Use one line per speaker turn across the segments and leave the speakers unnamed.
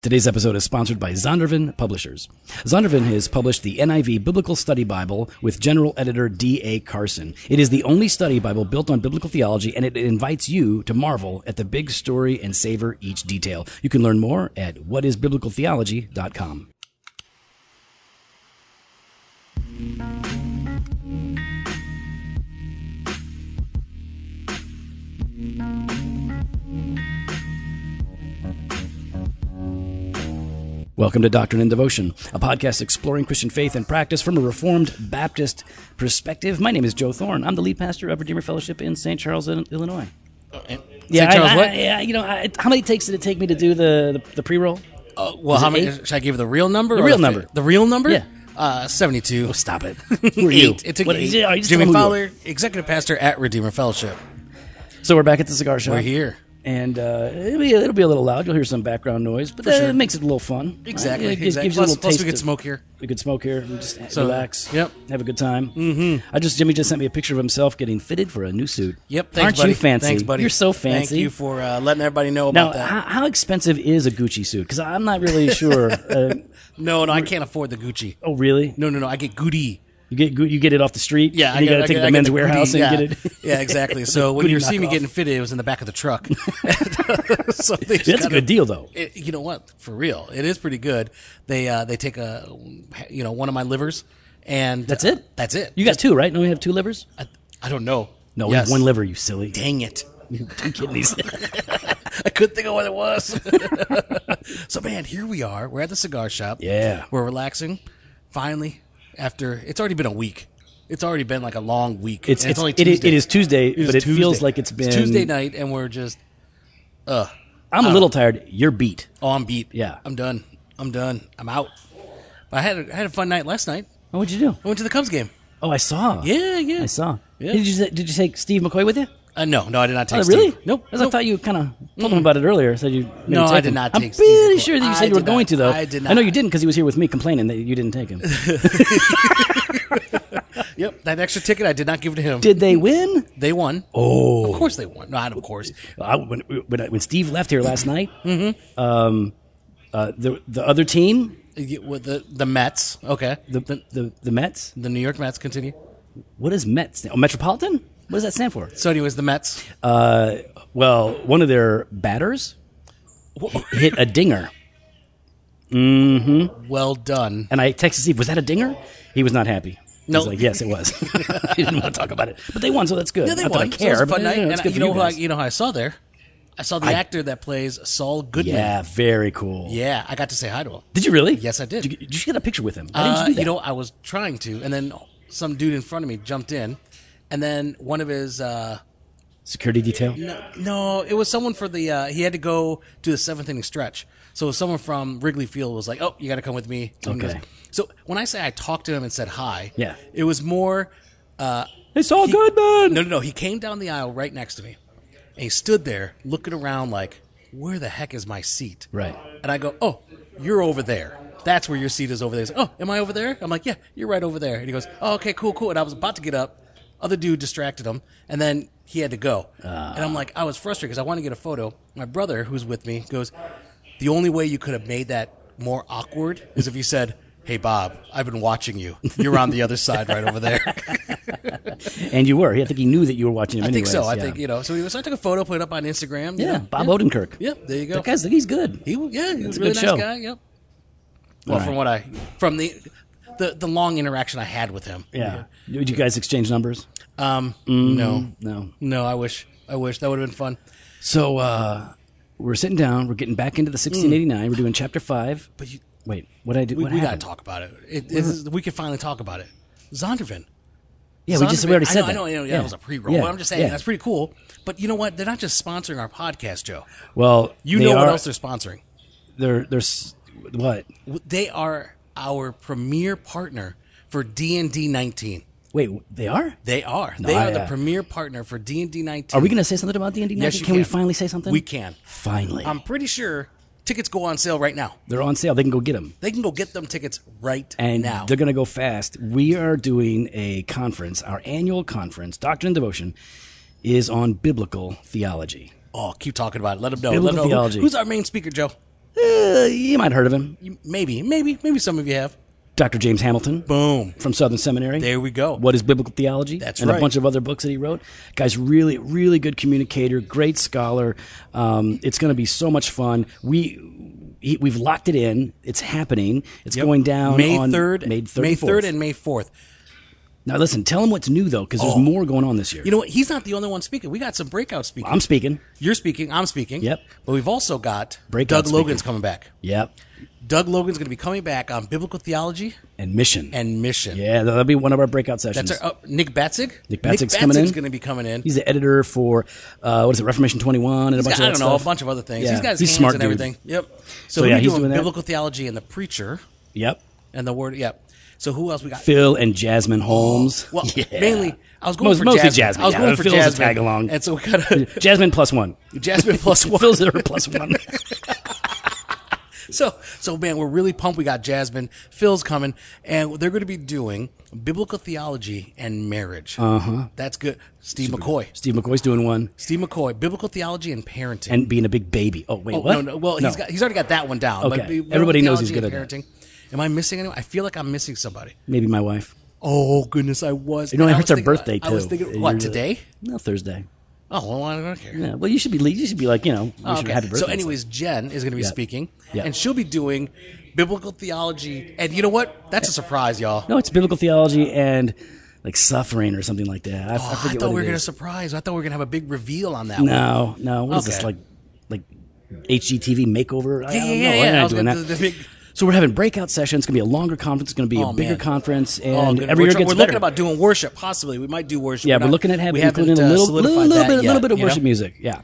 Today's episode is sponsored by Zondervan Publishers. Zondervan has published the NIV Biblical Study Bible with general editor D.A. Carson. It is the only study Bible built on biblical theology, and it invites you to marvel at the big story and savor each detail. You can learn more at whatisbiblicaltheology.com. Welcome to Doctrine and Devotion, a podcast exploring Christian faith and practice from a Reformed Baptist perspective. My name is Joe Thorne. I'm the lead pastor of Redeemer Fellowship in St. Charles, Illinois.
St. Charles,
I, I-
what?
yeah, you know, I, how many takes did it take me to do the, the, the pre-roll?
Uh, well, how many? Should I give the real number? The
real number.
The real number?
Yeah.
Uh, 72.
Stop it. Who are you?
Eight. It took
What-
eight.
yeah, you just
Jimmy
told me who you
Fowler, executive pastor at Redeemer Fellowship.
are. So we're back at the cigar shop.
We're here.
And uh, it'll, be, it'll be a little loud. You'll hear some background noise, but that
sure.
makes it a little fun.
Exactly.
It gi- gives
exactly.
you a little
Plus, plus
taste
we could
of-
smoke here.
We could smoke here and just relax.
yep.
Have a good time. Mm-hmm. I just Jimmy just sent me a picture of himself getting fitted for a new suit.
Yep. Thanks,
Aren't
buddy.
you fancy?
Thanks, buddy.
You're so fancy.
Thank you for uh, letting everybody know
now,
about that.
how, how expensive is a Gucci suit? Because I'm not really sure. uh,
no, no, I can't afford the Gucci.
oh, really?
No, no, no. I get Goody.
You get Gu- you get it off the street.
Yeah,
and you
get-
got to take
get-
it to
get
men's
the Goody,
warehouse and
yeah.
get it.
Yeah, exactly. So when
Goody
you see me
knockoff.
getting fitted, it was in the back of the truck. so they just
That's a
kinda-
good deal, though.
it, you know what? For real, it is pretty good. They uh, they take a you know one of my livers, and uh,
That's it?
That's it.
You got two, right? No, we have two livers.
I, I don't know.
No, we
Yes.
have one liver. You silly.
Dang it!
Two kidneys.
I couldn't think of what it was. so man, here we are. We're at the cigar shop.
Yeah.
we're relaxing. Finally, after it's already been a week. It's already been like a long week.
It's,
and
it's, it is- it is Tuesday,
is
but it feels
Tuesday.
like it's been
It's Tuesday Oh. night, and we're just
I'm a little tired. You're beat.
on beat.
Yeah.
I'm done. I'm done. I'm out. But I had a, I had a fun night last night.
Oh, what'd you do?
I went to the Cubs game.
Oh, I saw.
Yeah, yeah.
I saw.
Yeah.
Did you did you take Steve McCoy with you?
Uh, no, no, I did not take
Oh, really?
Steve. Nope.
Because I
nope.
thought you kind of told him about it earlier. Said you. maybe
No,
take
I did
him.
not
I'm
take Steve
pretty
McCoy.
sure that you said
I
you were
did
going
not.
to though.
I did
I know
not.
you didn't because he was here with me complaining that you didn't take him.
Yep. That extra ticket, I did not give to him.
did they win?
they won? Oh, of course they won. Not of course.
I, when, when, when Steve left here last night,
Mm-hmm.
um, uh, the the other team,
You- With the the Mets. Okay.
the the, the, Mets.
The New York Mets continue.
What is Mets? Oh, Metropolitan. What does that stand for?
So, anyways, the Mets.
Uh, well, one of their batters
Wha-
hit a dinger.
Well done.
And I texted Steve, was that a dinger? He was not happy. He was
No.
like, yes, it was. he didn't want to talk about it. But they won, so that's good.
Yeah, they
not
won.
that I
So it was
care,
a
but
fun night.
you know, it's
and
good
you
for
know who I,
guys.
you know how I saw there? I saw the actor that plays Saul Goodman.
Yeah, very cool.
Yeah, I got to say hi to him.
Did you really?
Yes, I did.
Did you, did you get a picture with him? Why
Uh,
didn't you do that?
you know, I was trying to, and then some dude in front of me jumped in, and then one of his. Uh,
Security detail?
No, no, it was someone for the. Uh, he had to go do the seventh inning stretch. So it was someone from Wrigley Field was like, "Oh, you got to come with me." Someone
Okay.
goes- So when I say I talked to him and said hi,
Yeah.
it was more. Uh,
It's all
he-
good, man.
No, no, no. He came down the aisle right next to me, and he stood there looking around like, "Where the heck is my seat?"
Right.
And I go, "Oh, you're over there." That's where your seat is over there. He's like, oh, am I over there? I'm like, yeah, you're right over there. And he goes, oh, okay, cool, cool. And I was about to get up. Other dude distracted him, and then he had to go. and I'm like, I was frustrated because I want to get a photo. My brother, who's with me, goes, the only way you could have made that more awkward is if you said, hey, Bob, I've been watching you. You're on the other side right over there.
And you were. I think he knew that you were watching him
I think
anyways.
so. I
yeah.
think, you know, so, anyway, so I took a photo, put it up on Instagram. you
Yeah,
know.
Bob
yeah.
Odenkirk.
Yeah, there you go.
That guy's, he's good.
He w- yeah, he was
a
a really
good
nice
show.
guy. Yep. Well,
All
from
right.
what I from the, the the long interaction I had with him.
Yeah. Mm-hmm. Did you guys exchange numbers?
Um. No.
No.
No. I wish. I wish that would have been fun.
So uh, we're sitting down. We're getting back into the 1689. We're doing chapter five.
But you,
Wait, what did I do?
Hmm. we,
what
we got to
happened?
talk about it. it, it is, we can finally talk about it. Zondervan.
Yeah, we just we
Zondervan-
already
I
said
know,
that.
I know. I know. Yeah, that was a pre-roll.
Yeah,
But I'm just saying
yeah.
that's pretty cool. But you know what? They're not just sponsoring our podcast, Joe.
Well,
You
they
know what
are-
else they're sponsoring?
They're they're s- what?
W- They are our premier partner for D and D 19.
Wait, they are.
They are. they
I,
are the
uh,
premier partner for D and D 19.
Are we going to say something about the Indian
Yes,
Nugget?
you
Can, we
can.
finally say something?
We Um, can.
Finally,
I'm pretty sure tickets go on sale right now.
they're on sale. They can go get them.
They can go get them tickets right
and
now.
they're going to go fast. We are doing a conference, our annual conference, Doctrine and Devotion, is on biblical theology.
Oh, keep talking about it. Let them know.
Biblical
Let them know. Who-
theology.
Who's our main speaker, Joe?
Uh, you might have heard of him.
You- Maybe, maybe, maybe some of you have.
Dr. James Hamilton
Boom.
from Southern Seminary.
There we go.
What is Biblical Theology?
That's
and a
right.
bunch of other books that he wrote. Guy's really, really good communicator, great scholar. Um, it's going to be so much fun. We he, we've locked it in. It's happening. It's going down
May
on
third,
May third,
May
and fourth.
third, and May fourth.
now listen, tell him what's new though, because there's more going on this year.
Oh. You know what? He's not the only one speaking. We got some breakout speakers.
I'm speaking.
You're speaking. I'm speaking.
Yep.
But we've also got
Breakout
Doug Logan's coming back.
Yep,
Doug Logan's going to be coming back on biblical theology
and mission.
and mission.
yeah, that'll be one of our breakout sessions.
That's our, oh, Nick Batzig.
Nick Batzig's coming in.
going to be coming in.
He's the editor for uh, what is it, Reformation 21, and a bunch
I
of
don't
that
know
stuff.
a bunch of other things.
Yeah.
He's got his
He's
hands
smart
and
dude.
everything. Yep. So,
So,
we
yeah,
are
he's
doing,
doing that.
biblical theology and the preacher
Yep,
and the word. Yep. So who else we got? Oh,
Phil and Jasmine Holmes.
Well,
Yeah.
mainly I was going
Most-
for
mostly
Jasmine.
Jasmine,
I was
yeah.
going for
Phil's a
Jasmine.
tag along.
and so we got a,
Jasmine plus one.
Jasmine plus one.
Phil's there plus one.
So, so man, we're really pumped. We got Jasmine, Phil's coming, and they're going to be doing biblical theology and marriage. Uh
Uh-huh.
huh. That's good. Steve McCoy.
Steve McCoy's doing one
Steve McCoy, biblical theology and parenting.
and being a big baby. Oh wait,
Oh,
what?
No, no. Well, he's got he's already got that one down.
Okay.
But biblical
Everybody knows he's
theology
good
and
at
parenting. Am I missing anyone? I feel like I'm missing somebody.
maybe my wife.
Oh goodness, I was.
You know,
I
I
was
heard her
thinking-
birthday too.
I was thinking, what
You're-
today?
No, Thursday.
Oh, well, I don't care.
Yeah. Well, you should be. le- You should be like you know. You should
Okay.
have happy birthday.
So, anyways, Jen is going to be speaking,
Yeah.
and she'll be doing biblical theology. And you know what? That's a surprise, y'all.
no, it's biblical theology and like suffering or something like that. I, I
Oh, I,
forget
thought
what
we were
it
going to
is.
surprise. I thought we were going to have a big reveal on that. one.
No, no. What is this
Okay.
like? Like HGTV makeover? I, I
Yeah,
don't
yeah,
know.
yeah,
I'm
yeah. I
not
was
doing
gonna-
that.
the big-
So we're having breakout sessions. It's gonna be a longer conference. It's gonna be a
Oh,
bigger
man.
conference,
Oh,
and
good.
every
we're
year
tr-
gets
we're
better.
looking about doing worship. Possibly, we might do worship.
yeah,
We're
we're
not-
looking at having
we haven't,
including a
uh,
little,
solidified
little, little
that
bit,
yet,
little bit of
you know?
worship music. Yeah.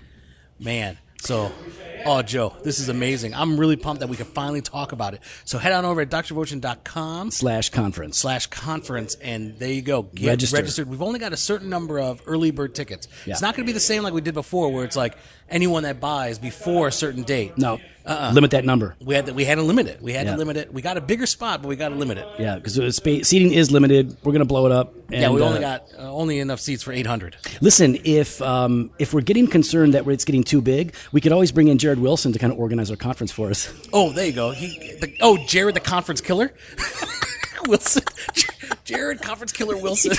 Man, so oh Joe, this is amazing. I'm really pumped that we can finally talk about it. So head on over at drvotion.com
Slash conference.
slash conference and there you go. Get
Register.
registered. We've only got a certain number of early bird tickets.
Yeah.
It's not gonna be the same like we did before where it's like anyone that buys before a certain date.
No.
Uh-uh.
Limit that number.
We had to, we had to limit it. We had
Yeah.
to limit it. We got a bigger spot, but we got to limit it.
Yeah, because spa- seating is limited. We're gonna blow it up.
Yeah,
and,
we only
uh,
got uh, only enough seats for 800.
Listen, if um, if we're getting concerned that it's getting too big, we could always bring in Jared Wilson to kind of organize our conference for us.
Oh, there you go. He, the, oh, Jared the conference killer, Wilson. Jared conference killer Wilson.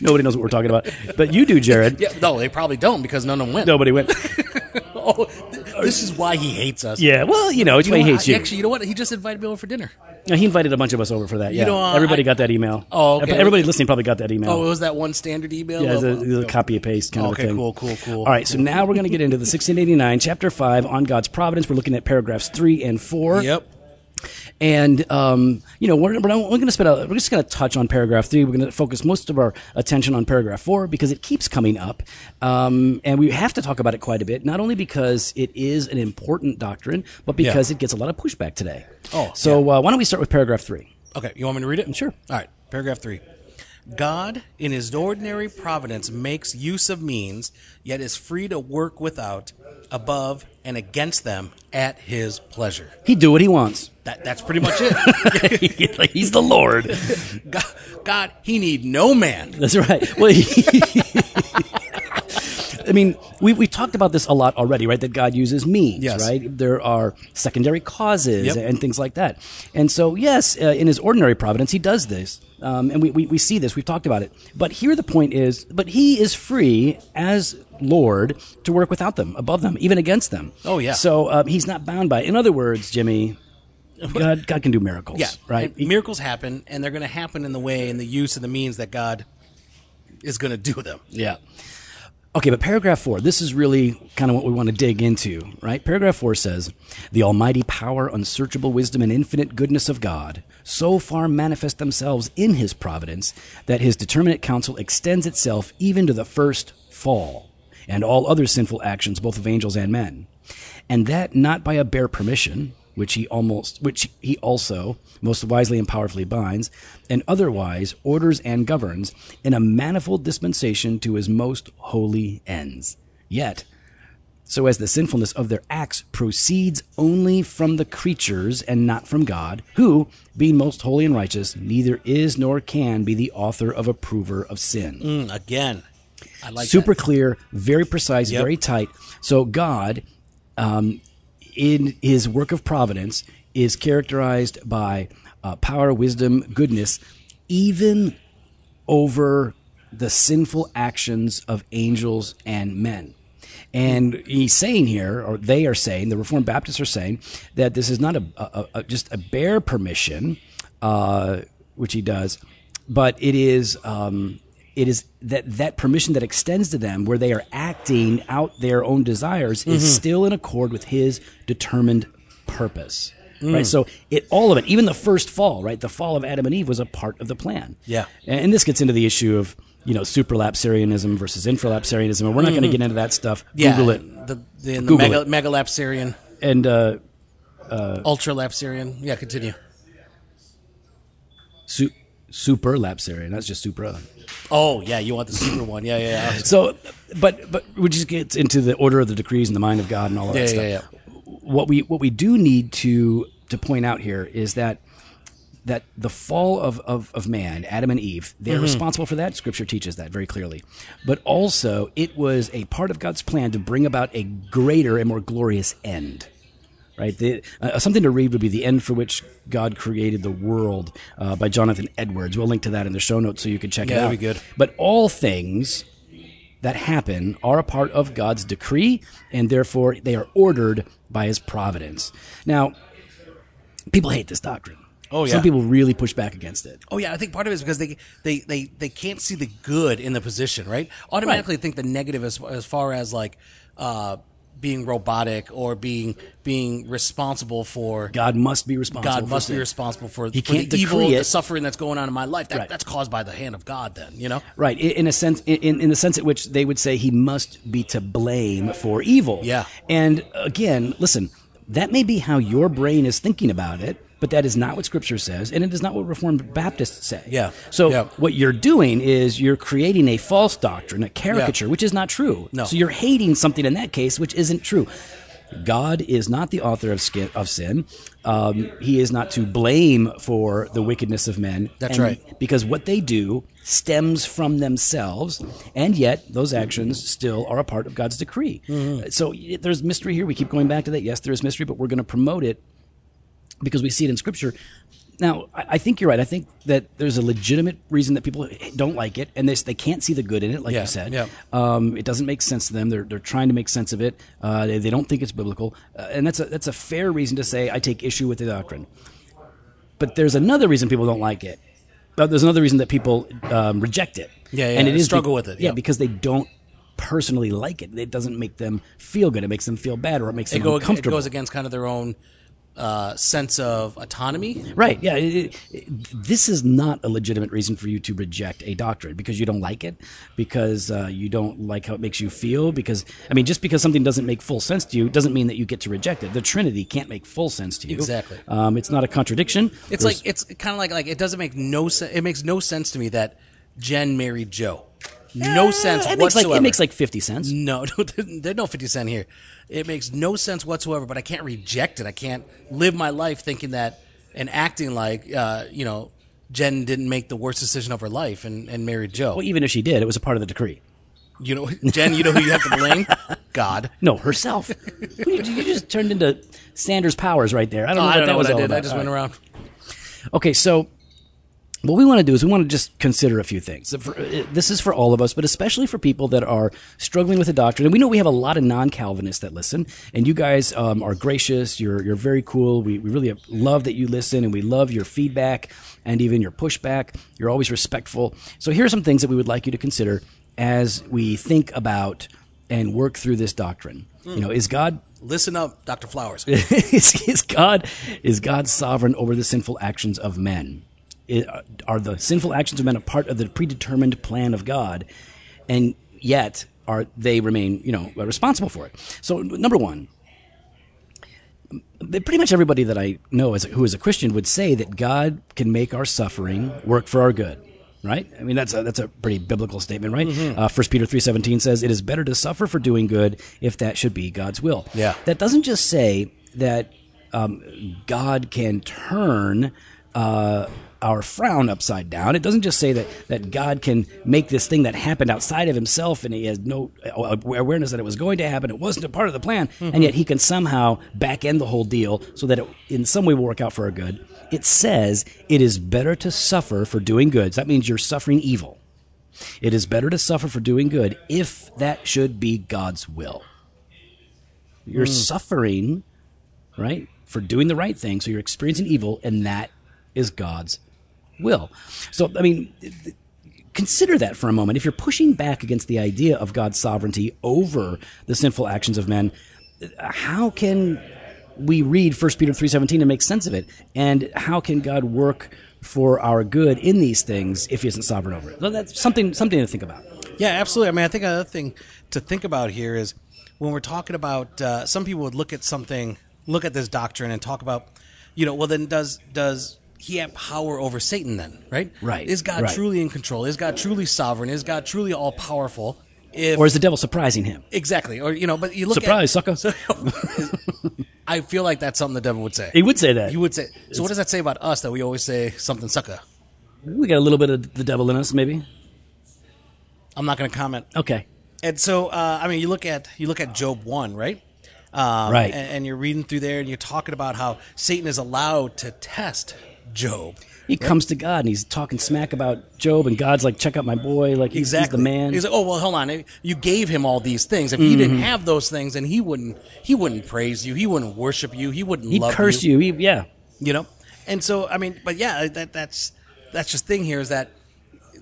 Nobody knows what we're talking about, but you do, Jared.
Yeah, no, they probably don't because none of them went.
Nobody went.
Oh, th- this is why he hates us.
Yeah, well, you know, it's
You know
why he
what?
hates
I-
you. Oh.
Actually, you know what? He just invited me over for dinner.
No, he invited a bunch of us over for that. Yeah,
know, uh,
everybody
I-
got that email.
Oh, okay.
Everybody listening probably got that email.
Oh, it was that one standard email.
Yeah, it's
of,
a,
uh,
it's a copy and paste kind
Okay,
of a thing.
cool, cool, cool.
All right, so now we're going to get into the 1689, chapter 5, on God's providence. We're looking at paragraphs 3 and 4.
Yep.
And, um, you know, we're, we're, not- we're going to spend a, we're just going to touch on paragraph 3. We're going to focus most of our attention on paragraph 4 because it keeps coming up. Um, and we have to talk about it quite a bit, not only because it is an important doctrine, but because it gets a lot of pushback today.
Oh,
So uh, why don't we start with paragraph 3?
Okay, you want me to read it?
Sure.
All right, paragraph three. God, in his ordinary providence, makes use of means, yet is free to work without, above, and against them at his pleasure.
He do what he wants.
That, that's pretty much it.
Like, He's the Lord.
God, God, he need no man.
That's right. Well, I mean, we, we talked about this a lot already, right? That God uses means,
Yes.
right? There are secondary causes
Yep.
and things like that. And so, yes, uh, in his ordinary providence, he does this. Um, and we, we, we see this, we've talked about it. But here the point is, but he is free as Lord to work without them, above them, even against them.
Oh, yeah.
So um, he's not bound by, in other words, Jimmy, God, God can do miracles,
Yeah,
right?
and miracles happen, and they're going to happen in the way and the use and the means that God is going to do them.
Yeah. Okay, but paragraph four, this is really kind of what we want to dig into, right? Paragraph four says, The almighty power, unsearchable wisdom, and infinite goodness of God so far manifest themselves in his providence that his determinate counsel extends itself even to the first fall and all other sinful actions, both of angels and men. And that not by a bare permission, which he almost which he also most wisely and powerfully binds and otherwise orders and governs in a manifold dispensation to his most holy ends yet so as the sinfulness of their acts proceeds only from the creatures and not from God, who, being most holy and righteous, neither is nor can be the author of approver of sin
Mm, Again, I like
super clear, very precise,
Yep.
very tight. So God, um, in his work of providence is characterized by uh, power, wisdom, goodness, even over the sinful actions of angels and men. And he's saying here, or they are saying, the Reformed Baptists are saying that this is not a, a, a just a bare permission, uh, which he does, but it is um, it is that that permission that extends to them, where they are acting out their own desires, is still in accord with his determined purpose. Right, so it all of it, even the first fall, right, the fall of Adam and Eve was a part of the plan.
Yeah.
And, and this gets into the issue of, you know, superlapsarianism versus infralapsarianism. And we're not going to get into that stuff.
Yeah,
Google it.
The the, the
Google
mega,
it.
megalapsarian,
And uh,
ultralapsarian. Yeah, continue.
su- superlapsarian. That's just supra.
Oh yeah, you want the super one? Yeah, yeah, yeah.
So, but but we just get into the order of the decrees and the mind of God and all of
Yeah,
that
yeah,
stuff.
yeah.
What we what we do need to to point out here is that that the fall of, of, of man, Adam and Eve, they're
Mm-hmm.
responsible for that. Scripture teaches that very clearly. But also, it was a part of God's plan to bring about a greater and more glorious end. Right? The, uh, something to read would be The End for Which God Created the World uh, by Jonathan Edwards. We'll link to that in the show notes so you can check it
Yeah,
out.
that'd be good.
But all things that happen are a part of God's decree, and therefore they are ordered by his providence. Now, people hate this doctrine.
Oh, yeah.
Some people really push back against it.
Oh yeah, I think part of it is because they they they, they can't see the good in the position, right? Automatically think the negative as as far as like uh, being robotic or being being responsible for
God must be responsible.
God must
for
be
sin.
responsible for,
He
for the
can't
evil,
decree
the
it.
suffering that's going on in my life. That,
Right.
That's caused by the hand of God. Then you know,
Right, in, in a sense, in, in the sense at which they would say he must be to blame for evil.
Yeah.
And again, listen, that may be how your brain is thinking about it, but that is not what Scripture says, and it is not what Reformed Baptists say.
Yeah.
So
Yeah.
what you're doing is you're creating a false doctrine, a caricature, which is not true.
No.
So you're hating something in that case, which isn't true. God is not the author of skin, of sin. Um, he is not to blame for the wickedness of men.
That's
And-
right.
Because what they do stems from themselves, and yet those actions still are a part of God's decree.
Mm-hmm.
So y- there's mystery here. We keep going back to that. Yes, there is mystery, but we're going to promote it because we see it in Scripture. Now, I I think you're right. I think that there's a legitimate reason that people don't like it, and they, they can't see the good in it, like
Yeah,
you said.
yeah.
Um, it doesn't make sense to them. They're, they're trying to make sense of it. Uh, they, they don't think it's biblical, uh, and that's a, that's a fair reason to say I take issue with the doctrine. But there's another reason people don't like it. But there's another reason that people um, reject it.
Yeah, yeah,
and it
they
is
struggle with it,
Yeah,
yeah.
because they don't personally like it. It doesn't make them feel good. It makes them feel bad, or it makes
it,
them
go, it
uncomfortable.
goes against kind of their own uh, sense of autonomy.
Right. Yeah. It, it- it- this is not a legitimate reason for you to reject a doctrine because you don't like it, because uh, you don't like how it makes you feel. Because I mean, just because something doesn't make full sense to you doesn't mean that you get to reject it. The Trinity can't make full sense to you.
Exactly.
Um, it's not a contradiction.
It's like it's kind of like like it doesn't make no sense. It makes no sense to me that Jen married Joe. No sense
Eh, it makes like
whatsoever.
it makes like fifty cents.
no, there's no fifty cent here. It makes no sense whatsoever. But I can't reject it. I can't live my life thinking that and acting like uh, you know Jen didn't make the worst decision of her life and, and married Joe.
Well, even if she did, it was a part of the decree.
you know, Jen, you know who you have to blame? God.
No, herself. What did you, you just turned into Sanders Powers right there. I don't know
I
what
don't
that
know
was
what I
all
did.
about.
I just
All
went
right.
around.
Okay, so what we want to do is we want to just consider a few things. For- This is for all of us, but especially for people that are struggling with the doctrine. And we know we have a lot of non-Calvinists that listen, and you guys um, are gracious. You're you're very cool. We we really love that you listen, and we love your feedback and even your pushback. You're always respectful. So here are some things that we would like you to consider as we think about and work through this doctrine. You know, is God
Listen up, Doctor Flowers.
is, is God is God sovereign over the sinful actions of men? I- are the sinful actions of men a part of the predetermined plan of God, and yet are they remain you know responsible for it? So number one, that pretty much everybody that I know as who is a Christian would say that God can make our suffering work for our good. Right? I mean, that's a, that's a pretty biblical statement, right? Uh, 1 Peter 3.17 says, It is better to suffer for doing good if that should be God's will.
Yeah.
That doesn't just say that um, God can turn uh, our frown upside down. It doesn't just say that, that God can make this thing that happened outside of himself and he has no uh, awareness that it was going to happen. It wasn't a part of the plan. And yet he can somehow back end the whole deal so that it in some way will work out for our good. It says it is better to suffer for doing good. So that means you're suffering evil. It is better to suffer for doing good if that should be God's will. You're suffering, right, for doing the right thing. So you're experiencing evil, and that is God's will. So, I mean, th- consider that for a moment. If you're pushing back against the idea of God's sovereignty over the sinful actions of men, how can we read 1 Peter 3:17 and make sense of it? And how can God work for our good in these things if he isn't sovereign over it? Well, that's something something to think about.
Yeah, absolutely. I mean, I think another thing to think about here is when we're talking about uh, some people would look at something, look at this doctrine, and talk about, you know, well, then does does he have power over Satan then? Right.
Right,
Is God
right.
truly in control? Is God truly sovereign? Is God truly all powerful? If
Or is the devil surprising him?
exactly, or you know, but you look
Surprise,
at,
sucker.
I feel like that's something the devil would say.
He would say that.
He would say. So what does that say about us that we always say something sucker?
We got a little bit of the devil in us, maybe.
I'm not going to comment
Okay.
And so, uh, I mean, you look at you look at Job one, right? Um,
Right.
And, and you're reading through there, and you're talking about how Satan is allowed to test Job.
He comes to God and he's talking smack about Job, and God's like, "Check out my boy, like he's, he's the man."
He's like, oh well, hold on. You gave him all these things. If he didn't have those things, then he wouldn't he wouldn't praise you. He wouldn't worship you. He wouldn't
He'd
love
curse you. He, yeah,
you know and so i mean but yeah that that's that's just thing here is that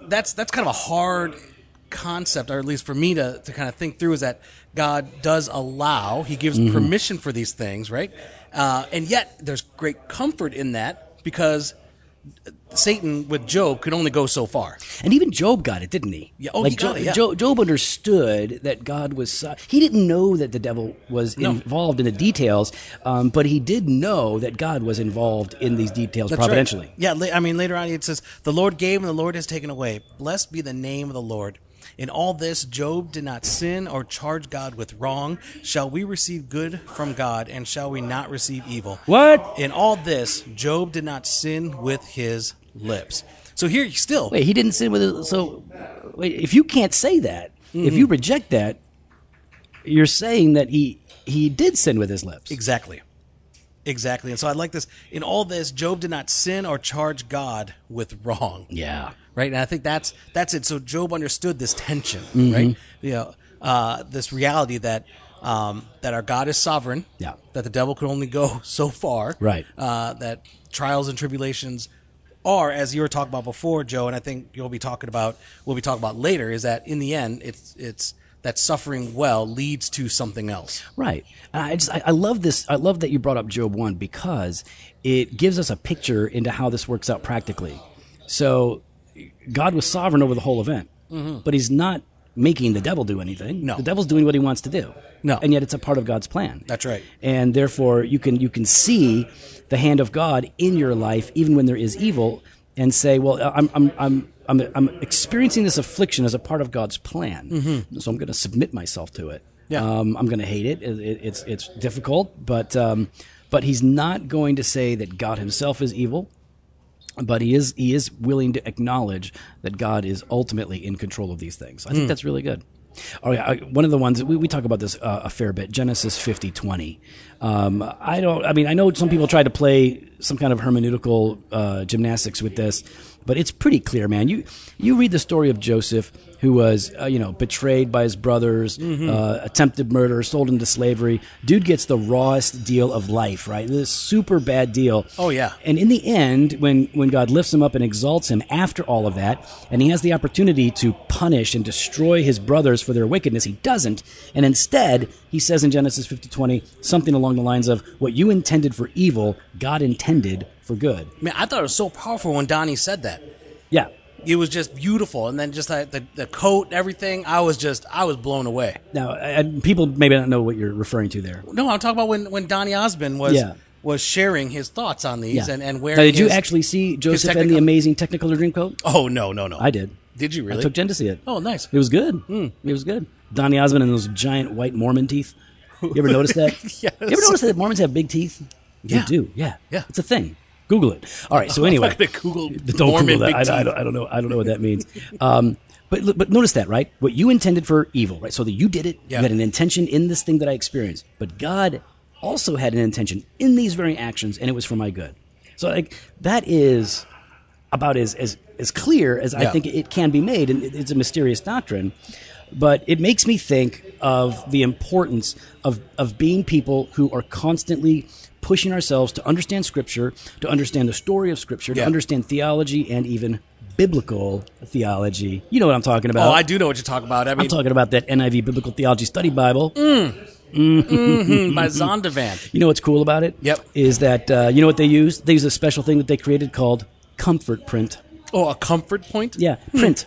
that's that's kind of a hard concept or at least for me to, to kind of think through is that god does allow he gives permission for these things right uh, and yet there's great comfort in that because satan with job could only go so far
and even Job got it, didn't he?
Yeah, oh, he
like
got
Job,
it, yeah.
Job, Job understood that God was. so- He didn't know that the devil was involved in the details, um, but he did know that God was involved in these details
That's right.
providentially.
Yeah, la- I mean, later on it says, The Lord gave and the Lord has taken away. Blessed be the name of the Lord. In all this, Job did not sin or charge God with wrong. Shall we receive good from God and shall we not receive evil?
What?
In all this, Job did not sin with his lips. So here you still.
Wait, he didn't sin with. His, so, wait, if you can't say that,
Mm-hmm.
if you reject that, you're saying that he he did sin with his lips.
Exactly. Exactly. And so I like this. In all this, Job did not sin or charge God with wrong.
Yeah.
right? And I think that's that's it. So Job understood this tension,
Mm-hmm.
right? You know, uh, this reality that um, that our God is sovereign,
Yeah.
that the devil could only go so far,
Right.
Uh, that trials and tribulations are, as you were talking about before, Joe, and I think you'll be talking about we'll be talking about later, is that in the end, it's it's that suffering well leads to something else.
Right. And I just I, I love this. I love that you brought up Job one because it gives us a picture into how this works out practically. So God was sovereign over the whole event, but He's not making the devil do anything.
Mm-hmm. No.
the devil's doing what he wants to do.
No.
and yet it's a part of God's plan.
That's right.
and therefore you can you can see the hand of God in your life even when there is evil, and say, well, I'm I'm I'm I'm, I'm experiencing this affliction as a part of God's plan, so I'm going to submit myself to it.
Yeah.
Um, I'm going to hate it. It- it- It's it's difficult, but um, but he's not going to say that God Himself is evil, but he is he is willing to acknowledge that God is ultimately in control of these things.
Hmm.
I think that's really good. Oh yeah, I- one of the ones we, we talk about this uh, a fair bit. Genesis fifty twenty. Um, I don't. I mean, I know some people try to play some kind of hermeneutical uh, gymnastics with this, but it's pretty clear, man. You you read the story of Joseph, who was uh, you know betrayed by his brothers,
Mm-hmm.
uh, attempted murder, sold into slavery. Dude gets the rawest deal of life, right? This super bad deal.
Oh, yeah.
And in the end, when, when God lifts him up and exalts him after all of that, and he has the opportunity to punish and destroy his brothers for their wickedness, he doesn't. And instead, he says in Genesis 50 20, something along the lines of, What you intended for evil, God intended for good.
Man, I thought it was so powerful when Donnie said that.
Yeah.
It was just beautiful, and then just like the, the coat, and everything. I was just, I was blown away.
Now, I, I- people maybe don't know what you're referring to there.
No, I'm talking about when, when Donny Osmond was
Yeah.
was sharing his thoughts on these and, and where.
now, did you
his-
actually see Joseph and
technical-
the Amazing Technicolor Dreamcoat?
Oh no, no, no!
I did.
Did you really?
I took Jen to see it.
oh, nice.
It was good.
Hmm.
It was good. Donny Osmond and those giant white Mormon teeth. You ever notice that?
Yes.
You ever notice that Mormons have big teeth?
Yeah.
They do. Yeah.
Yeah.
It's a thing. Google it. All right. So anyway,
not gonna Google
don't
Mormon
Google
Big
that. I, I
Teeth.
don't, I don't know. I don't know what that means. Um, but look- but notice that right? What you intended for evil, right? So that you did it.
Yeah.
You had an intention in this thing that I experienced. But God also had an intention in these very actions, and it was for my good. So like that is about as as as clear as I
Yeah.
think it can be made, and it- it's a mysterious doctrine. But it makes me think of the importance of of being people who are constantly pushing ourselves to understand Scripture, to understand the story of Scripture, to
Yeah.
understand theology, and even biblical theology. You know what I'm talking about?
Oh, I do know what you're talking about. I
am
mean,
talking about that NIV Biblical Theology Study Bible.
Mm. my
mm-hmm.
Zondervan.
You know what's cool about it?
Yep.
Is that uh, you know what they use? They use a special thing that they created called comfort print.
Oh, a comfort point?
Yeah, print.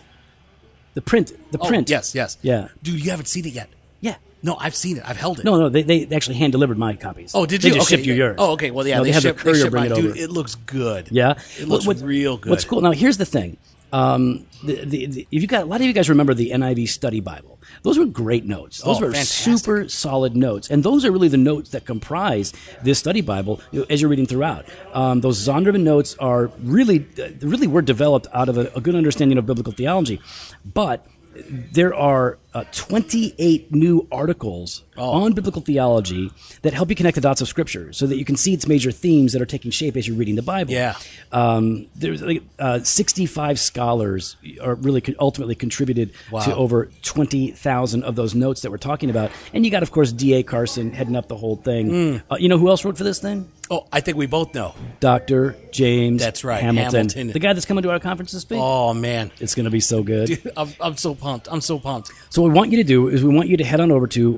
The print. The
Hmm. Oh,
print.
Yes, yes.
Yeah.
Dude, you haven't seen it yet.
Yeah.
No, I've seen it. I've held it.
No, no, they, they actually hand delivered my copies.
Oh, did
they
you?
Just
okay,
shipped you
yeah.
yours.
Oh, okay. Well, yeah,
No,
they,
they, have
ship,
the courier
they ship
bring
mine.
it over.
Dude, it looks good.
yeah,
It looks
What- what-
real good.
What's cool now? Here's the thing. Um, the, the, the, if you got a lot of you guys remember the NIV Study Bible, those were great notes. Those
Oh,
were
fantastic.
super solid notes, and those are really the notes that comprise this study Bible you know, as you're reading throughout. Um, those Zondervan notes are really, uh, really were developed out of a, a good understanding of biblical theology, but there are uh, 28 new articles on biblical theology that help you connect the dots of scripture so that you can see its major themes that are taking shape as you're reading the bible
Yeah.
um, there's like uh, 65 scholars are really con- ultimately contributed to over 20,000 of those notes that we're talking about. And you got, of course, D.A. Carson heading up the whole thing.
Hmm.
Uh, you know who else wrote for this thing?
Oh, I think we both know.
Dr. James
That's right,
Hamilton,
Hamilton.
The guy that's coming to our conference this week.
Oh, man.
It's going to be so good.
I'm, I'm so pumped. I'm so pumped.
So what we want you to do is we want you to head on over to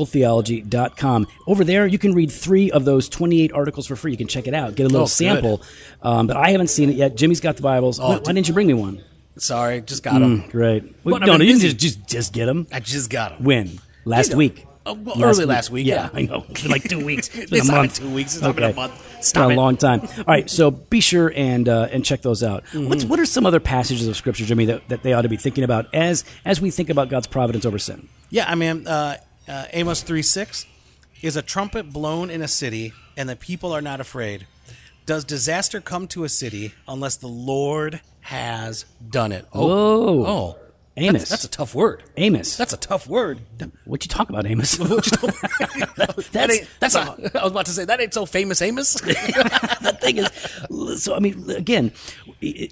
whatisbiblicaltheology.com. Over there, you can read three of those 28 articles for free. You can check it out, get a little
Oh, good.
sample.
Oh,
Um, but I haven't seen it yet. Jimmy's got the Bibles. why, why didn't you bring me one?
Sorry, just got him.
Great. Well,
I've
no,
been
no, you
busy.
just, just just get them.
I just got him.
When last
You know,
week?
uh, well, early last week, yeah.
I know. It's been like two weeks. It's been
It's
a
not been
month.
two weeks. It's not been a month.
It's
Stop
been a
it.
long time. All right. So be sure and uh, and check those out.
Mm-hmm.
What's, what are some other passages of Scripture, Jimmy, that, that they ought to be thinking about as as we think about God's providence over sin?
Yeah, I mean, uh, uh, Amos 3 6 is a trumpet blown in a city, and the people are not afraid. Does disaster come to a city unless the Lord has done it? Oh,
Whoa.
oh.
Amos.
That's, that's a tough word.
Amos.
That's a tough word.
what you talk about, Amos?
That ain't, that's a, I was about to say that ain't so famous, Amos.
the thing is, so I mean, again,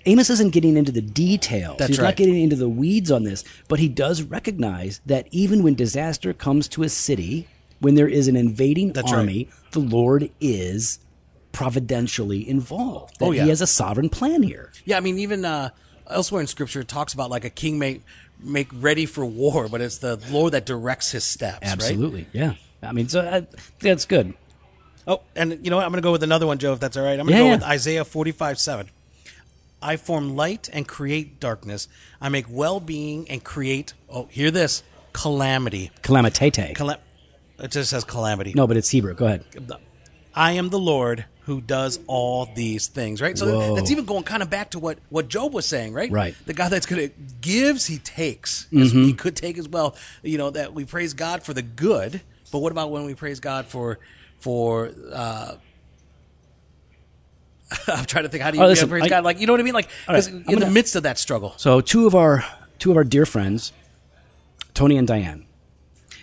Amos isn't getting into the details.
That's
He's not
right.
getting into the weeds on this, but he does recognize that even when disaster comes to a city, when there is an invading
That's right.
army, the Lord is providentially involved. That
Oh, yeah.
He has a sovereign plan here.
Yeah, I mean, even uh, elsewhere in Scripture, it talks about like a king make make ready for war, but it's the Lord that directs his steps. Right?
Absolutely. Yeah. I mean, so I, that's good.
Oh, and you know what? I'm going to go with another one, Joe, if that's all right. I'm going to
Yeah,
go
yeah.
with Isaiah 45 7. I form light and create darkness. I make well being and create, oh, hear this, calamity.
Calamitete.
Cala- it just says calamity.
no, but it's Hebrew. Go ahead.
I am the Lord who does all these things, right? So
Whoa.
that's even going kind of back to what what Job was saying, right?
Right. Mm-hmm.
The God that's going to gives, he takes. As He could take as well. You know that we praise God for the good, but what about when we praise God for for uh I'm trying to think how do you
Oh,
yeah,
listen,
praise
I-
God like you know what I mean like 'cause
right,
in
I'm
the
gonna-
midst of that struggle.
So two of our two of our dear friends, Tony and Diane.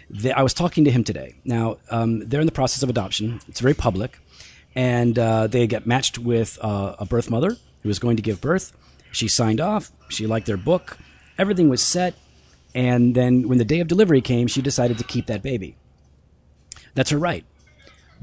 They, I was talking to him today. Now um, they're in the process of adoption. It's very public, and uh, they get matched with uh, a birth mother who was going to give birth. She signed off. She liked their book. Everything was set, and then when the day of delivery came, she decided to keep that baby. That's her right.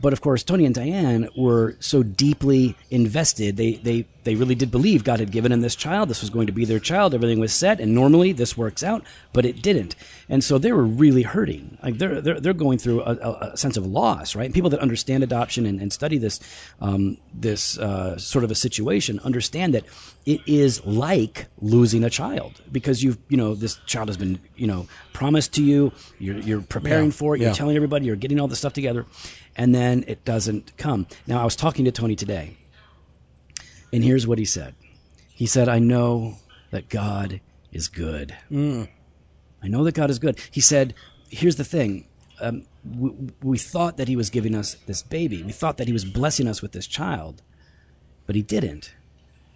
But of course, Tony and Diane were so deeply invested. They, they, they really did believe God had given them this child. This was going to be their child. Everything was set. And normally this works out, but it didn't. And so they were really hurting. Like they're, they're, they're going through a, a, a sense of loss, right? And people that understand adoption and, and study this, um, this uh, sort of a situation understand that it is like losing a child because you've, you know, this child has been, you know, promised to you. You're, you're preparing
Yeah,
for it. You're
yeah.
telling everybody, you're getting all the stuff together, and then it doesn't come. Now, I was talking to Tony today, and here's what he said He said, I know that God is good. I know that God is good. He said, Here's the thing. Um, we, we thought that He was giving us this baby, we thought that He was blessing us with this child, But he didn't.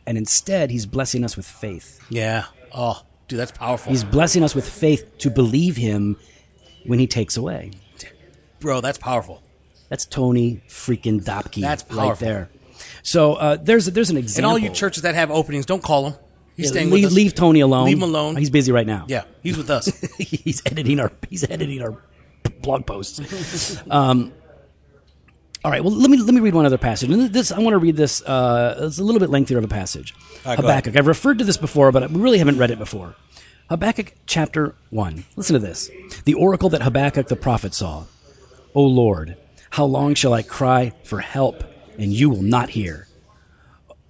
And instead, he's blessing us with faith.
Yeah. Oh, dude, that's powerful.
He's blessing us with faith to believe him when he takes away.
Bro, that's powerful.
That's Tony freaking Dopke
That's
right
powerful.
there. So uh, there's there's an
And
example.
all you churches that have openings, don't call him. He's
Yeah,
staying
leave,
with us.
leave Tony alone.
Leave him alone.
He's busy right now.
yeah, he's with us.
he's editing our he's editing our blog posts. um, all right. Well, let me let me read one other passage. And this I want to read this. Uh, it's a little bit lengthier of a passage.
right, go ahead.
Habakkuk. I've referred to this before, but we really haven't read it before. Habakkuk chapter one. Listen to this. The oracle that Habakkuk the prophet saw. O Lord, how long shall I cry for help and you will not hear?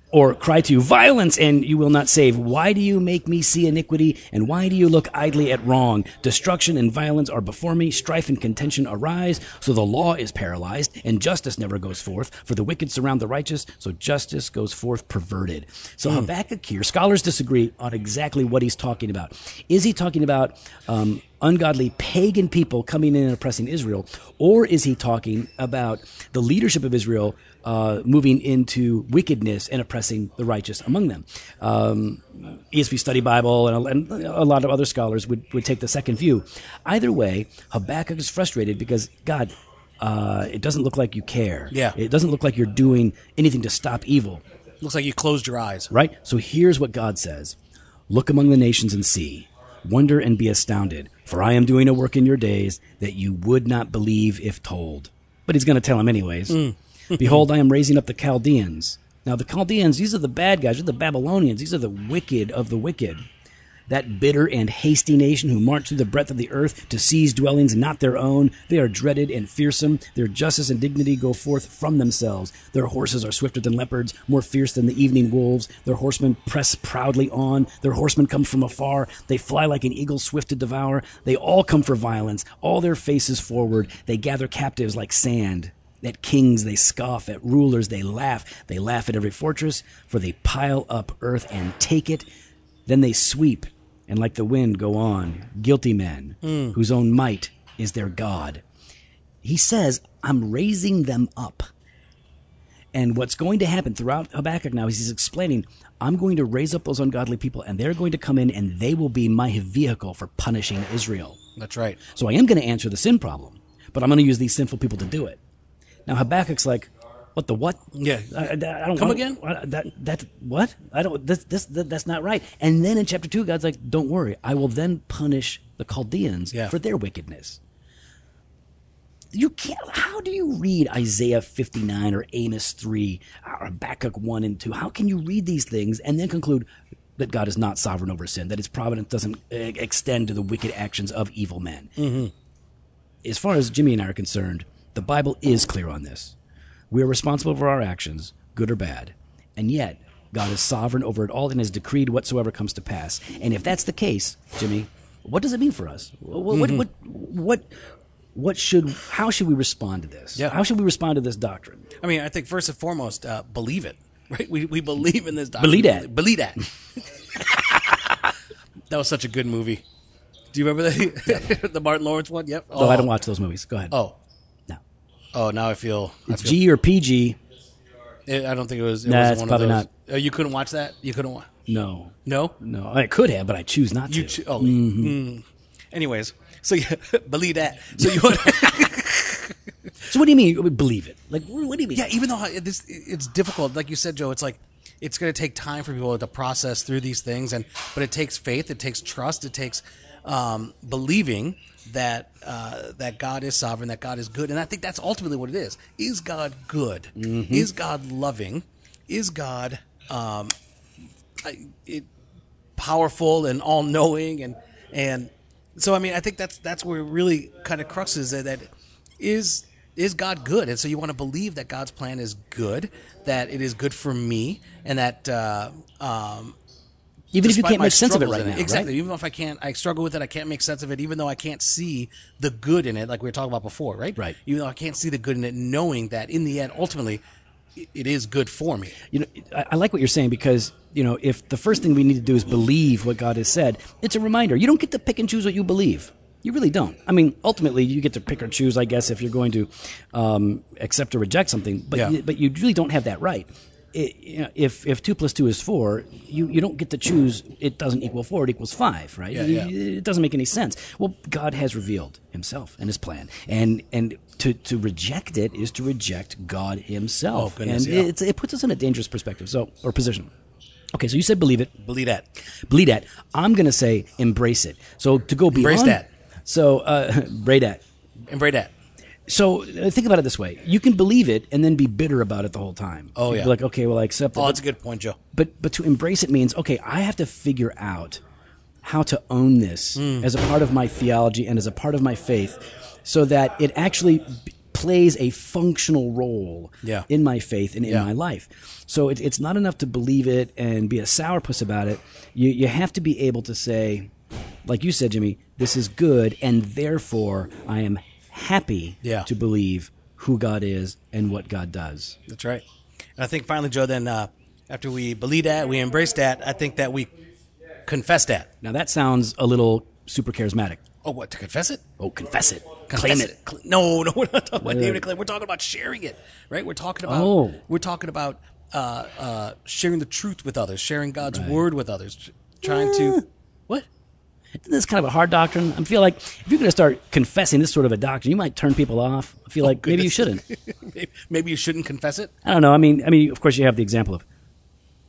Or cry to you, violence and you will not save? Why do you make me see iniquity and why do you look idly at wrong? Destruction and violence are before me, strife and contention arise, so the law is paralyzed and justice never goes forth. For the wicked surround the righteous, so justice goes forth perverted. So Habakkuk here, scholars disagree on exactly what he's talking about. Is he talking about um, ungodly pagan people coming in and oppressing Israel, or is he talking about the leadership of Israel uh, moving into wickedness and oppressing the righteous among them? Um, ESV Study Bible and a, and a lot of other scholars would, would take the second view. Either way, Habakkuk is frustrated because God. Uh, it doesn't look like you care.
Yeah.
It doesn't look like you're doing anything to stop evil
Looks like you closed your eyes.
right? So here's what God says Look among the nations and see, wonder and be astounded, for I am doing a work in your days that you would not believe if told. But he's going to tell him anyways. Behold, I am raising up the Chaldeans. Now, the Chaldeans, these are the bad guys, they're the Babylonians, these are the wicked of the wicked. That bitter and hasty nation who march through the breadth of the earth to seize dwellings not their own. They are dreaded and fearsome. Their justice and dignity go forth from themselves. Their horses are swifter than leopards, more fierce than the evening wolves. Their horsemen press proudly on. Their horsemen come from afar. They fly like an eagle swift to devour. They all come for violence, all their faces forward. They gather captives like sand. At kings they scoff, at rulers they laugh. They laugh at every fortress, for they pile up earth and take it. Then they sweep and, like the wind, go on, guilty men, whose own might is their God. He says, I'm raising them up. And what's going to happen throughout Habakkuk now is he's explaining, I'm going to raise up those ungodly people, and they're going to come in, and they will be my vehicle for punishing Israel.
That's right.
So I am going to answer the sin problem, but I'm going to use these sinful people to do it. Now Habakkuk's like, what the what?
Yeah.
I, I- I don't I don't-
Come again?
I- that that what? I don't. This, this that, that's not right. And then in chapter two, God's like, don't worry, I will then punish the Chaldeans
Yeah.
for their wickedness. You can't. How do you read Isaiah 59 or Amos 3 or Habakkuk 1 and 2? How can you read these things and then conclude that God is not sovereign over sin, that his providence doesn't uh, extend to the wicked actions of evil men? as far as Jimmy and I are concerned, the Bible is clear on this. We are responsible for our actions, good or bad. And yet, God is sovereign over it all and has decreed whatsoever comes to pass. And if that's the case, Jimmy, what does it mean for us? What,
Mm-hmm.
what, what, what, what should, how should we respond to this?
Yeah.
How should we respond to this doctrine?
I mean, I think first and foremost, uh, believe it. Right? We, we believe in this doctrine.
Believe that.
Believe that. that was such a good movie. Do you remember the the Martin Lawrence one? Yep.
Oh, I don't watch those movies. Go ahead.
Oh,
No.
oh, now I feel. I,
It's
feel
G or PG.
it- I don't think it was. It
Nah,
was
it's
one
probably
of those. not. you couldn't watch that. You couldn't watch.
No.
No.
No. I could have, but I choose not
You
to.
ch- oh.
Mm-hmm.
mm. Anyways, so yeah, believe that. So you.
so what do you mean? Believe it. Like, what do you mean?
yeah, even though I- this it's difficult, like you said, Joe, it's like it's going to take time for people to process through these things, and but it takes faith, it takes trust, it takes um, believing that uh, that God is sovereign, that God is good, and I think that's ultimately what it is: is God good? Is God loving? Is God um, I, it, powerful and all knowing and and so I mean I think that's that's where it really kind of crux is that, that is is God good and so you want to believe that God's plan is good that it is good for me and that uh, um,
Even if you
despite
can't
my
make sense of it
struggles
right
in
now. right?
exactly even if I can't I struggle with it I can't make sense of it even though I can't see the good in it like we were talking about before right
Right.
even though I can't see the good in it knowing that in the end ultimately it- it is good for me
you know, I, I like what you're saying because you know, if the first thing we need to do is believe what God has said, it's a reminder. You don't get to pick and choose what you believe. You really don't. I mean, ultimately, you get to pick or choose, I guess, if you're going to um, accept or reject something. But
Yeah.
you, but you really don't have that right. i you know, if if two plus two is four, you, you don't get to choose. It doesn't equal four. It equals five, right?
Yeah, yeah.
It doesn't make any sense. Well, God has revealed Himself and His plan, and and to to reject it is to reject God Himself,
Oh, goodness,
and
yeah.
it's, it puts us in a dangerous perspective, so or position. Okay, so you said believe it,
Believe that.
bleed at. I'm gonna say embrace it. So to go beyond
Embrace that.
So uh, braid at.
Embrace that.
So uh, think about it this way: you can believe it and then be bitter about it the whole time.
Oh,
You'd
yeah.
be like okay, well I accept it.
Oh, that's a good point, Joe.
but but to embrace it means okay, I have to figure out how to own this
Hmm.
as a part of my theology and as a part of my faith, so that it actually b- plays a functional role
Yeah.
in my faith and in
Yeah.
my life. So it, it's not enough to believe it and be a sourpuss about it. You you have to be able to say, like you said, Jimmy, this is good, and therefore I am happy
Yeah.
to believe who God is and what God does.
That's right. And I think finally, Joe, then uh, after we believe that, we embrace that, I think that we confess that.
Now that sounds a little super charismatic.
Oh, what? To confess it?
Oh, confess it.
Confess Cl- No, no, we're not talking about naming it. claim. We're talking about sharing it, right? We're talking about.
Oh.
We're talking about uh, uh, sharing the truth with others, sharing God's word with others, tr- trying to. What?
Isn't this kind of a hard doctrine? I feel like if you're going to start confessing this sort of a doctrine, you might turn people off. I feel like maybe you
Oh, goodness.
shouldn't.
Maybe- Maybe you shouldn't confess it.
I don't know. I mean, I mean, of course, you have the example of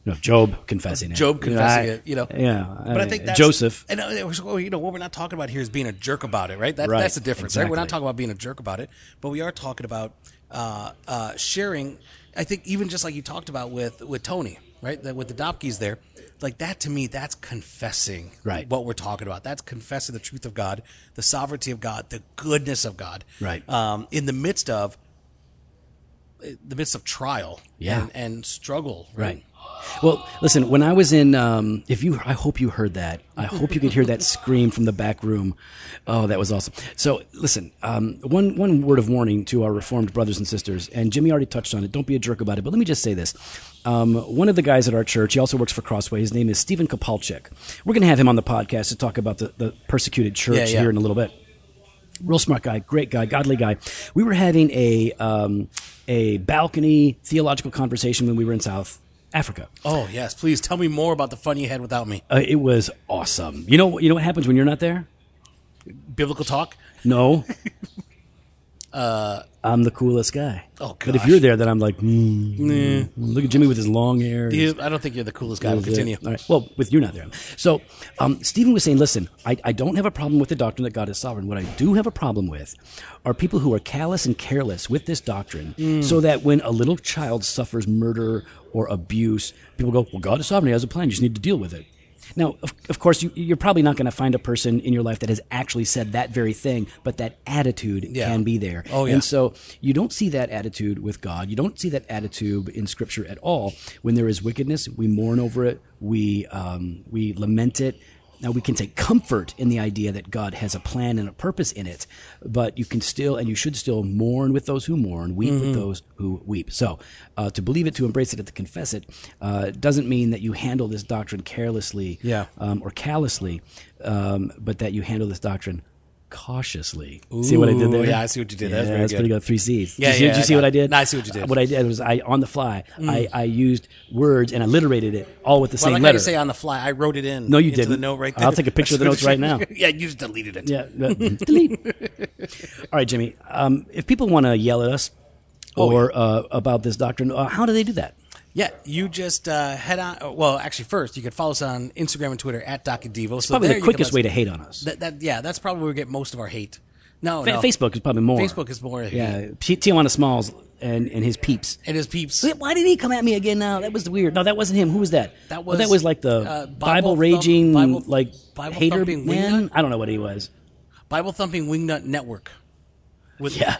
you know, Job confessing it.
Job
You know,
confessing
I-
it, you know.
Yeah,
But I think that's,
Joseph.
And uh, it was, well, you know what we're not talking about here is being a jerk about it, right? That,
Right,
That's the difference, right? We're not
exactly.
talking about being a jerk about it, but we are talking about uh, uh, sharing. I think even just like you talked about with with Tony, right? That with the Dopkies there, like that to me, that's confessing
Right.
what we're talking about. That's confessing the truth of God, the sovereignty of God, the goodness of God,
Right.
Um, in the midst of the midst of trial,
Yeah.
and, and struggle,
Right. Well, listen. When I was in, um, if you, I hope you heard that. I hope you could hear that scream from the back room. Oh, that was awesome. So, listen. Um, one one word of warning to our reformed brothers and sisters. And Jimmy already touched on it. Don't be a jerk about it. But let me just say this. Um, one of the guys at our church, he also works for Crossway. His name is Stephen Kopalchik. We're going to have him on the podcast to talk about the, the persecuted church
Yeah, yeah.
here in a little bit real smart guy, great guy, godly guy. We were having a um, a balcony theological conversation when we were in South Africa.
Oh yes, please tell me more about the fun you had without me.
Uh, it was awesome. You know, you know what happens when you're not there?
Biblical talk.
No. Uh, I'm the coolest guy.
Oh,
But if
gosh.
you're there, then I'm like, mm, mm. look at Jimmy with his long hair.
You- I don't think you're the coolest guy. We'll continue.
All right. Well, with you not there. So, um, Stephen was saying, listen, I, I don't have a problem with the doctrine that God is sovereign. What I do have a problem with are people who are callous and careless with this doctrine,
Hmm.
so that when a little child suffers murder or abuse, people go, well, God is sovereign. He has a plan. You just need to deal with it. Now, of, of course, you, you're probably not going to find a person in your life that has actually said that very thing, but that attitude
Yeah.
can be there.
Oh, yeah.
And so you don't see that attitude with God. You don't see that attitude in Scripture at all. When there is wickedness, we mourn over it. We um, we lament it. Now we can take comfort in the idea that God has a plan and a purpose in it, but you can still and you should still mourn with those who mourn, weep with
Mm-hmm.
those who weep. So, uh, to believe it, to embrace it, and to confess it uh, doesn't mean that you handle this doctrine carelessly
Yeah.
um, or callously, um, but that you handle this doctrine cautiously. see what I did there?
Ooh, yeah, I see what you did. That was very
that's pretty
good.
good. Three C's.
Yeah,
did you,
yeah,
did you
I
see
got
what I
it.
did?
No, I see what you did. Mm.
Uh, What I did was I on the fly. I, I used words and alliterated it all with the
Well,
same
like I
letter.
did say on the fly, I wrote it in.
No, you
into The
didn't.
note right there.
I'll take a picture of the notes right now.
yeah, you just deleted it.
yeah. uh, delete. All right, Jimmy. Um, if people want to yell at us
Oh,
or uh, about this doctrine, uh, how do they do that?
Yeah, you just uh, head on. oh, Well, actually, first you could follow us on Instagram and Twitter at DocuDevo. So
Probably the
there you can
quickest
let-
way to hate on us.
That, that yeah, that's probably where we get most of our hate. No,
Fa-
no.
Facebook is probably more.
Facebook is more. hate.
Yeah, T- Tijuana Smalls and, and his peeps.
It is peeps.
Wait, Why did he come at me again now? That was weird. No, that wasn't him. Who was that?
That
Oh, that
was,
was like the
uh,
Bible,
Bible thump-
raging,
Bible-
like
Bible
hater
thumping
man. I don't know what he was.
Bible thumping wingnut network. With
Yeah.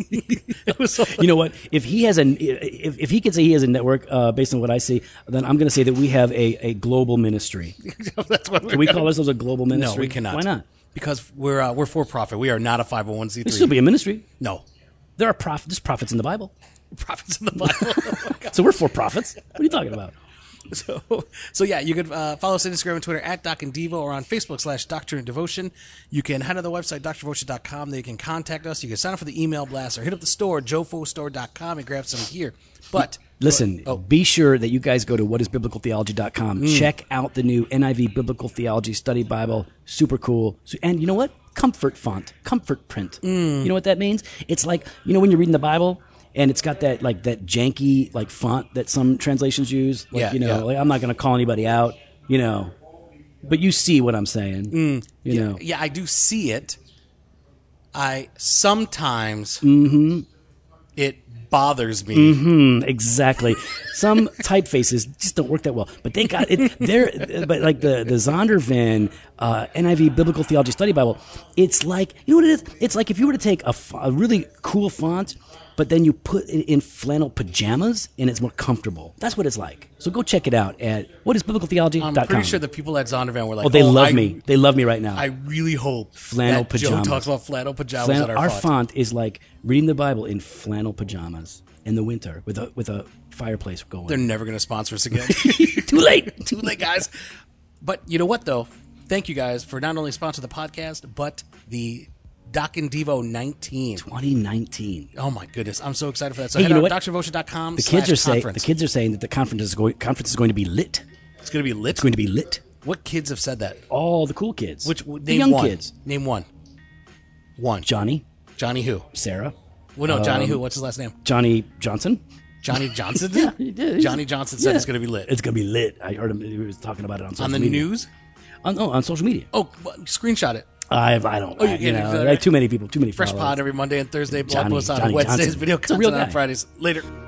you know what? If he has an, if, if he can say he has a network uh, based on what I see, then I'm going to say that we have a, a global ministry.
that's what
Can we call ourselves a global
No,
ministry?
we cannot.
Why not?
Because we're uh, we're for profit. We are not a five hundred one c
This will
three.
be a ministry.
No,
There are prof- there's prophets in the Bible,
profits in the Bible. Oh
so we're for profits. What are you talking about?
So, so yeah, you could uh, follow us on Instagram and Twitter at Doc and Devo or on Facebook slash Doctrine and Devotion. You can head to the website, drdevotion.com. There you can contact us. You can sign up for the email blast or hit up the store, jofostore.com, and grab some gear. But
Listen,
Oh.
be sure that you guys go to whatisbiblicaltheology.com.
Mm.
Check out the new NIV Biblical Theology Study Bible. Super cool. So, and you know what? Comfort font, comfort print.
Mm.
You know what that means? It's like, you know, when you're reading the Bible and it's got that like that janky like font that some translations use. Like,
Yeah,
you know,
yeah.
like I'm not going to call anybody out, you know, but you see what I'm saying. you know,
Mm. yeah, I do see it. I sometimes
Mm-hmm.
it bothers me.
exactly. Some typefaces just don't work that well, but they got it. They're but like the the Zondervan uh, NIV Biblical Theology Study Bible. It's like you know what it is. It's like if you were to take a, f- a really cool font, but then you put it in flannel pajamas, and it's more comfortable. That's what it's like. So go check it out at what is
I'm
biblicaltheology.com.
pretty sure the people at Zondervan were like,
oh, they love
I,
me. They love me right now.
I really hope
Flannel
that
pajamas.
Joe talks about flannel pajamas
Flannel-
at our,
our
font.
font is like reading the Bible in flannel pajamas in the winter with a with a fireplace going.
They're never going to sponsor us again.
too late.
Too late, guys. But you know what, though? Thank you guys for not only sponsoring the podcast, but the Doc and Devo 19.
2019.
Oh, my goodness. I'm so excited for that. So
Hey,
head
you know
out
what?
to drvotion.com.
The kids are saying the
conference.
kids are saying that the conference is going conference is going to be lit.
It's going to be lit.
It's going to be lit.
What kids have said that?
All the cool kids,
Which
the
name
young
one?
kids,
Name one. One.
Johnny,
Johnny who?
Sarah,
Well, no, Johnny
Um,
who? What's his last name?
Johnny Johnson.
Johnny Johnson.
he did.
Johnny Johnson said
Yeah.
it's going to be lit
It's going to be lit. I heard him. He was talking about it on social
on the
media.
news.
On, oh, on social media.
Oh, well, screenshot it.
I I don't. Oh,
you
you,
can't do
know,
that,
like,
right?
too many people. Too many
Fresh
followers.
pod every Monday and Thursday. Blog
Johnny-
posts on
Johnny
Wednesdays.
Johnson.
Video
It's a
comes
real
out on
guy.
Fridays. Later.